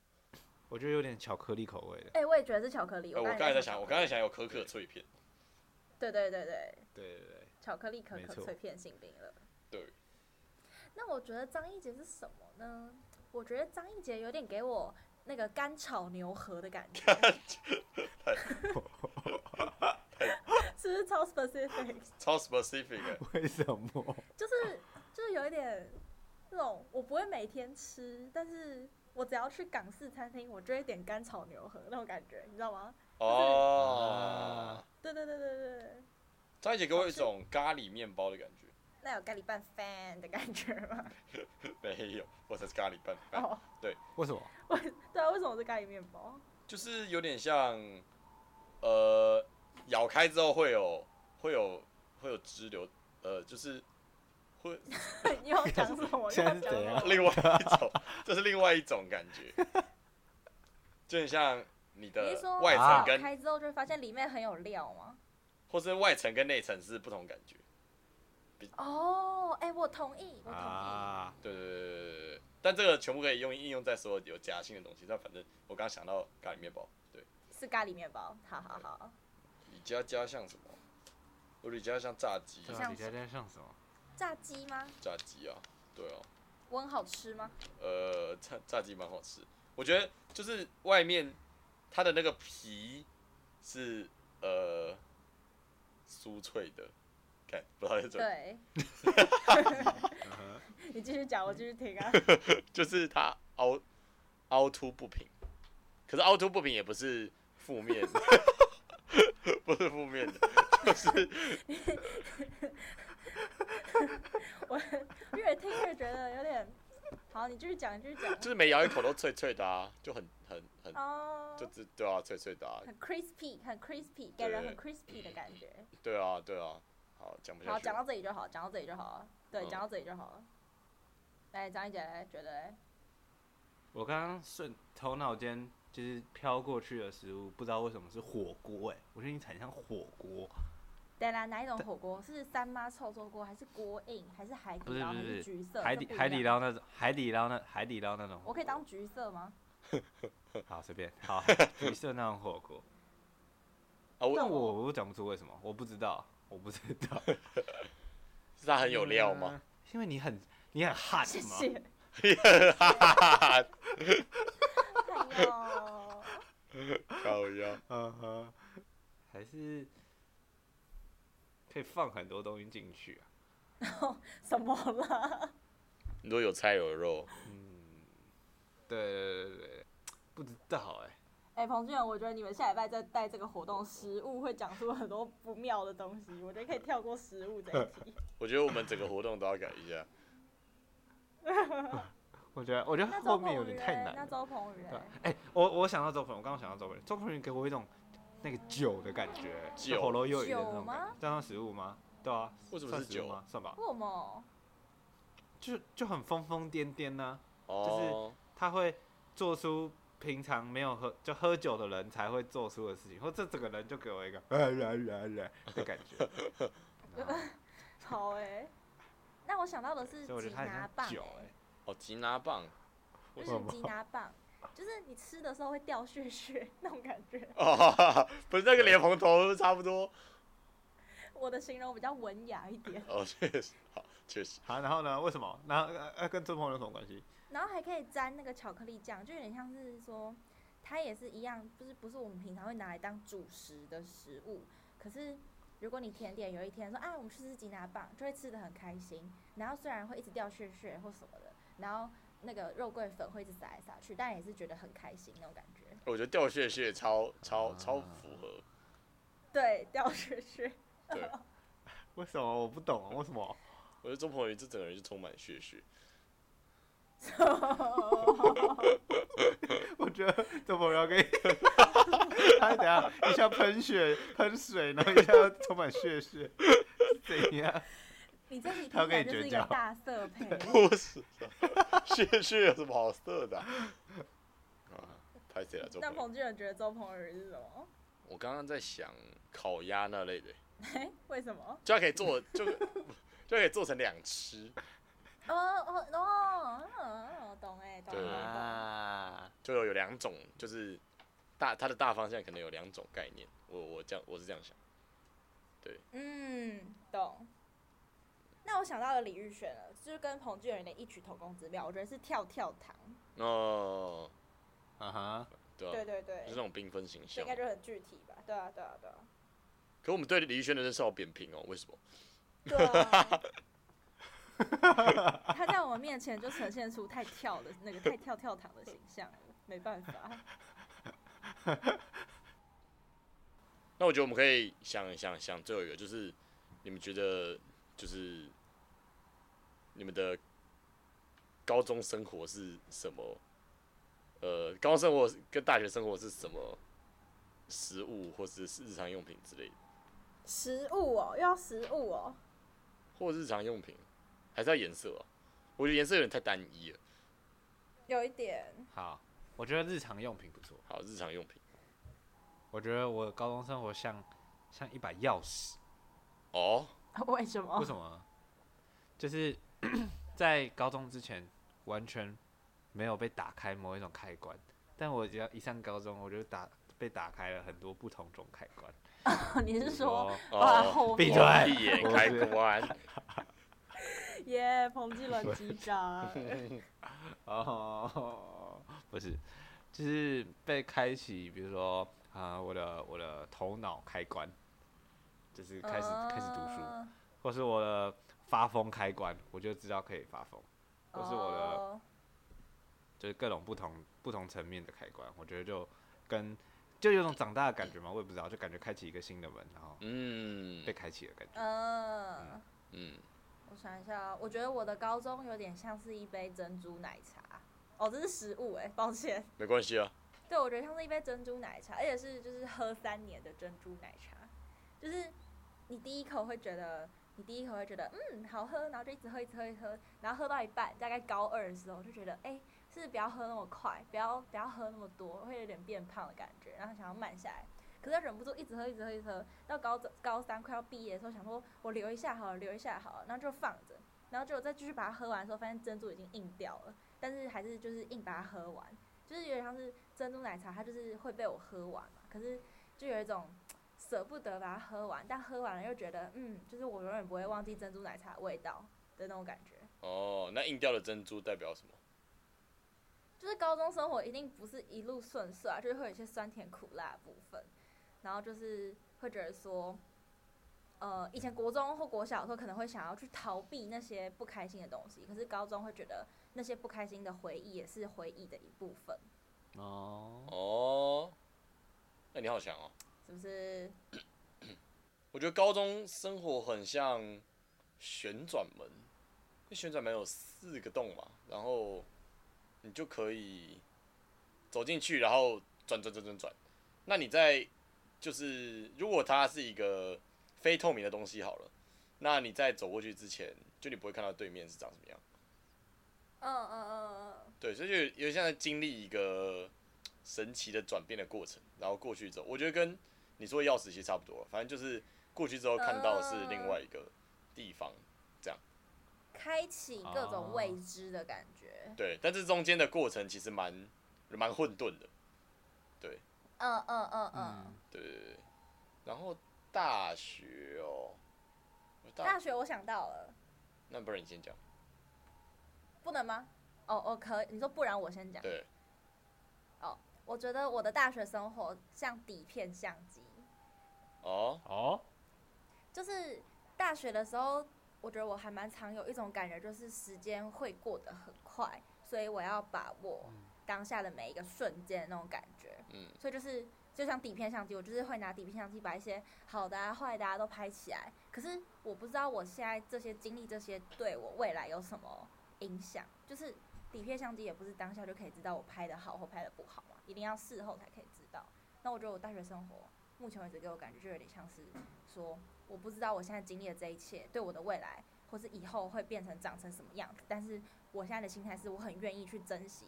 我觉得有点巧克力口味的。
哎、我也觉得是巧克力。
哎，我
刚
刚才在
巧
想，我
克
刚
力
才想有可可脆 片，
对对对对，
对对对，
巧克力可
没
可
错
脆片性冰乐。
对。
那我觉得张一杰是什么呢？我觉得张一杰有点给我那个干炒牛河的感觉， 是不是超 specific？
超 specific 的。
为什么？
就是就是有一点那种我不会每天吃，但是我只要去港式餐厅，我就会点干炒牛河那种感觉，你知道吗？
啊
哦，
对对对对对对，
张一姐给我一种咖喱面包的感觉。
那有咖喱拌饭的感觉吗？
没有，我才是咖喱拌饭，
哦，
为什么？
对啊，为什么是咖喱面 包？
就是有点像，呃，咬开之后会有会有会有汁流，呃，就是会
你要讲什么？
现在是
你要讲什
怎样
么
另外一种，这是另外一种感觉，就很像你
你
的
是说
外层
啊
打
跟、
开之后就会发现里面很有料吗？
或是外层跟内层是不同感觉。
哦，哎，我同意，我同意。
啊，
对对对对对对对，但这个全部可以用应用在所有有夹心的东西。但反正我刚想到咖喱面包，对，
是咖喱面包，好好好，
李佳佳像什么？我李佳佳像炸鸡，
对
像
啊，李佳佳像什么？
炸鸡吗？
炸鸡啊，对哦、
我很好吃吗？
呃，炸炸鸡蛮好吃。我觉得就是外面它的那个皮是呃酥脆的，看不好意思，
对，你继续讲，我继续听啊。
就是它凹凹凸不平。可是凹凸不平也不是负面， 不是负面的，
我越听越觉得有点。好，你继续讲，你继续讲。
就是每咬一口都脆脆的啊，就很很很，
哦，
就只对啊，脆脆的啊，
很 crispy，很 crispy，给人很 crispy 的感觉。
对啊对啊，好讲不下
好，
去了
讲。到这里就好，讲到这里就好了。对，
嗯
讲到这里就好了。来，张一姐来，觉得嘞，
我刚刚顺头脑间就是飘过去的食物，不知道为什么是火锅哎、我觉得你很像火锅，
等啦，哪一种火锅？是三妈臭臭锅，还是锅印，还是海底
不是
捞，
不
还
是
橘色？
海
这
底
不一
海底
样。
捞那种海底捞那海底捞那种火锅，
我可以当橘色 吗？
好随便好橘色那种火锅，
啊，我
但我我讲不出为什么，我不知道，我不知道，
是它很有料吗？
嗯？ 因为你很你很悍
谢
嘛，
谢。
嗯
哎呦，
烤鸭，
嗯哼，还是可以放很多东西进去啊，
什么啦？
你说有菜有肉，
嗯，对对对对对，不知道哎、
哎、彭俊仁，我觉得你们下礼拜再带这个活动，食物会讲出很多不妙的东西。我觉得可以跳过食物这一 题。
我觉得我们整个活动都要改一下。
我觉得我觉
那
得
周
后
鹏
面
宇
有点太
嘞
难
那
了。
周鹏宇嘞
对啊，哎、我我想到周鹏，我刚刚想到周鹏，周鹏给我一种那个酒的感觉，
酒
就火龙有鱼的那
酒
种
吗
感觉，这样算食物吗？对啊，
为什么
算
是
食物
酒
吗？算吧，
为什么？
就就很疯疯癫癫呢，
哦，
他会做出平常没有喝就喝酒的人才会做出的事情，或这整个人就给我一个哎的感 觉，然后
好哎、那我想到的是
所以我
吉
觉得他很
拿
像
棒、
酒
欸，
哦，吉拿棒，
就
为什
是
么
吉拿棒，就是你吃的时候会掉屑屑 那种感觉。
哦， 不是那个莲蓬头差不多。
我的形容比较文雅一 点，
哦，确实，好，确实，
好，然后呢？为什么？然后呃呃跟周鹏有什么关系？
然后还可以沾那个巧克力酱，就有点像是说，它也是一样，不是不是我们平常会拿来当主食的食物。可是如果你甜点有一天说啊，我们去吃吉拿棒，就会吃的很开心。然后虽然会一直掉屑屑或什么的，然后那个肉桂粉会一直撒来撒去，但也是觉得很开心那种感觉。
我觉得掉屑屑超超超
啊
符合。
对，掉屑屑。
对，
为什么我不懂啊？为什么？
我觉得周鹏宇这整个人就充满血血。
我觉得周鹏要给， 他等下一下喷血喷水，然后一下充满血血，是怎样？
你这里听起
他要跟
来
你
就是
绝
一个
交
大色胚，
不是， 血血有什么好色 的啊？啊拍谁了？周
那
鹏宇？
彭俊仁觉得周鹏宇是什么？
我刚刚在想烤鸭那类的，
为什么？
就它可以做，就就可以做成两吃，
哦哦哦，嗯懂哎，懂
对
哎，
啊，
就有有两种，就是大它的大方向可能有两种概念。我我这样我是这样想，
懂嗯，懂。那我想到了李玉璇了，就是跟彭俊仁的异曲同工之妙，我觉得是跳跳糖。
哦，
啊哈，
对啊，
对
就是
对对
那，种缤纷形
这
象
应。该就很具体吧？对啊对啊对啊
可我们对李宇轩的认识好扁平哦，为什么？
对啊。他在我们面前就呈现出太跳的那个太跳跳糖的形象了，没办法。
那我觉得我们可以想想想最后一个，就是你们觉得就是你们的高中生活是什么？呃，高中生活跟大学生活是什么食物或者是日常用品之类的，
食物哦，又要食物哦。
或日常用品，还是要颜色啊？我觉得颜色有点太单一了。
有一点，
好，我觉得日常用品不错。
好，日常用品
我觉得我高中生活像像一把钥匙，
哦，
为什么
为？什么呢？就是 在高中之前完全没有被打开某一种开关，但我只要一上高中，我就打被打开了很多不同种开关。
你是
比如
说啊哇
哦，
后
闭
面
嘴
闭眼开关，
耶，彭继伦机 长，
哦，不是，就是被开启，比如说啊、我的我的头脑开关，就是开始、开始读书，
嗯，
或是我的发疯开关，我就知道可以发疯，或是我的
哦
就是各种不同不同层面的开关，我觉得就跟就有种长大的感觉嘛，我也不知道，就感觉开启一个新的门，然后
嗯
被开启的感觉。
嗯，
嗯，
我想一下啊，我觉得我的高中有点像是一杯珍珠奶茶。哦，这是食物哎、抱歉。
没关系啊，
对，我觉得像是一杯珍珠奶茶，而且是就是喝三年的珍珠奶茶，就是你第一口会觉得，你第一口会觉得嗯好喝，然后就一直喝一直喝一直喝，然后喝到一半，大概高二的时候我就觉得，哎、是不是不要喝那么快，不要不要喝那么多，会有点变胖的感觉，然后想要慢下来。可是又忍不住一直喝，一直喝，一直喝，到高高三快要毕业的时候，想说我留一下好了，留一下好了，然后就放着，然后结果再继续把它喝完的时候，发现珍珠已经硬掉了，但是还是就是硬把它喝完，就是有点像是珍珠奶茶，它就是会被我喝完嘛。可是就有一种舍不得把它喝完，但喝完了又觉得，嗯，就是我永远不会忘记珍珠奶茶的味道的那种感觉。
哦，那硬掉的珍珠代表什么？
就是高中生活一定不是一路顺遂啊，就是会有一些酸甜苦辣的部分，然后就是会觉得说，呃，以前国中或国小的时候可能会想要去逃避那些不开心的东西，可是高中会觉得那些不开心的回忆也是回忆的一部分，
哦，
哦，那你好强哦。
是不是？
我觉得高中生活很像旋转门，那旋转门有四个洞嘛，然后你就可以走进去，然后转转转转转。那你在就是如果它是一个非透明的东西好了，那你在走过去之前，就你不会看到对面是长什么样。
嗯嗯嗯嗯
对，所以就有有像在经历一个神奇的转变的过程，然后过去之后，我觉得跟你说钥匙其实差不多，反正就是过去之后看到的是另外一个地方，
开启各种未知的感觉。
对，但是中间的过程其实蛮蛮混沌的，
嗯嗯嗯嗯
嗯。，
对对对。对然后大学哦，我
大
大
学我想到了，
那不然你先讲，
不能吗？哦哦，可以。你说不然我先讲。
对，
我觉得我的大学生活像底片相机，
哦，
哦，
就是大学的时候，我觉得我还蛮常有一种感觉，就是时间会过得很快，所以我要把握当下的每一个瞬间那种感觉。
嗯
所以就是就像底片相机，我就是会拿底片相机把一些好的啊、坏的啊都拍起来。可是我不知道我现在这些经历这些对我未来有什么影响，就是底片相机也不是当下就可以知道我拍的好或拍的不好嘛，一定要事后才可以知道。那我觉得我大学生活目前为止给我感觉就有点像是说，我不知道我现在经历的这一切对我的未来或是以后会变成长成什么样子，但是我现在的心态是我很愿意去珍惜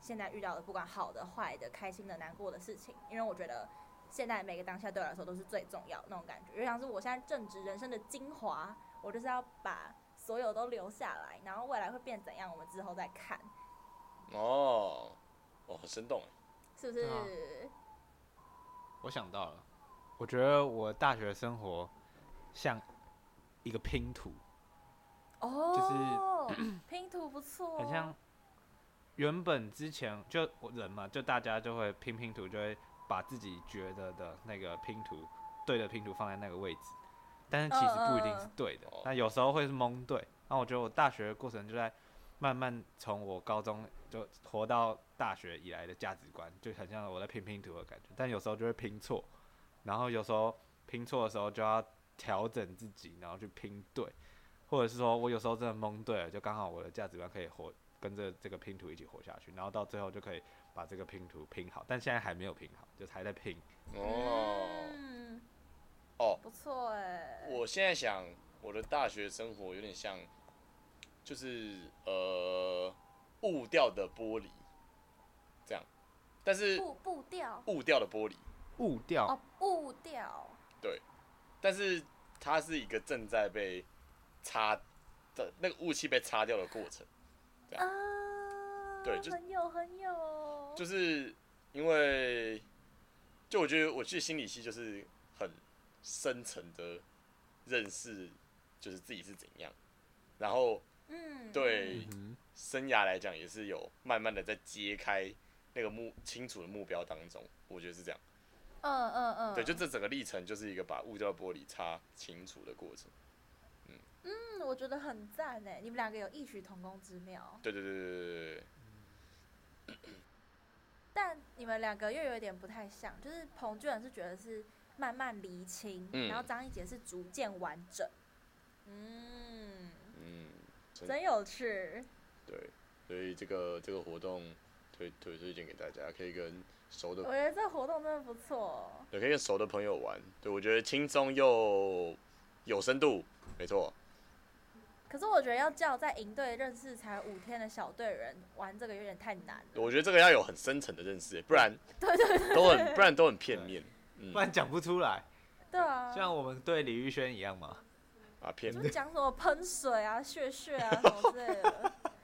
现在遇到的，不管好的、坏的、开心的、难过的事情，因为我觉得现在每个当下对我来说都是最重要的那种感觉，就像是我现在正值人生的精华，我就是要把所有都留下来，然后未来会变怎样，我们之后再看，
哦，哦，很生动耶，
是不是？
对啊我想到了，我觉得我大学生活像一个拼图，
哦，拼图不错哦，
很像原本之前就我人嘛，就大家就会拼拼图，就会把自己觉得的那个拼图对的拼图放在那个位置，但是其实不一定
嗯嗯
是
嗯
对的
哦，
那有时候会是蒙对。那我觉得我大学的过程就在慢慢从我高中就活到大学以来的价值观，就很像我在拼拼图的感觉，但有时候就会拼错，然后有时候拼错的时候就要调整自己，然后去拼对，或者是说我有时候真的蒙对了，就刚好我的价值观可以活跟着这个拼图一起活下去，然后到最后就可以把这个拼图拼好，但现在还没有拼好，就是还在拼。
欸哦，
嗯，
哦，
不错哎、
我现在想，我的大学生活有点像，就是呃，雾掉的玻璃，这样，但是
步步调
雾掉的玻璃，
雾掉，
哦，步调，
但是它是一个正在被擦的那个雾气被擦掉的过程，
啊，
哎对就
很有很有，
就是因为，就我觉得我去心理系就是很深层的认识，就是自己是怎样，然后
嗯，
对。
嗯
生涯来讲也是有慢慢的在揭开那个目清楚的目标当中，我觉得是这样。
嗯嗯嗯，
对，就这整个历程就是一个把雾掉玻璃擦清楚的过程。
嗯，我觉得很赞哎，你们两个有异曲同工之妙。
对对对对对对对。
但你们两个又有一点不太像，就是彭俊仁是觉得是慢慢厘清，
嗯
然后张一杰是逐渐完整。嗯，
嗯，真
真有趣。
对，所以这个这个活动推推推荐给大家，可以跟熟的
我觉得这活动真的不错。
对，可以跟熟的朋友玩。对，我觉得轻松又有深度，没错。
可是我觉得要叫在营队认识才五天的小队人玩这个有点太难了。
我觉得这个要有很深层的认识，不然都很不然都很片面。嗯
不然讲不出来，
对啊，
像我们对李玉轩一样嘛。
啊，片
就讲什么喷水啊、血血啊什么之类的，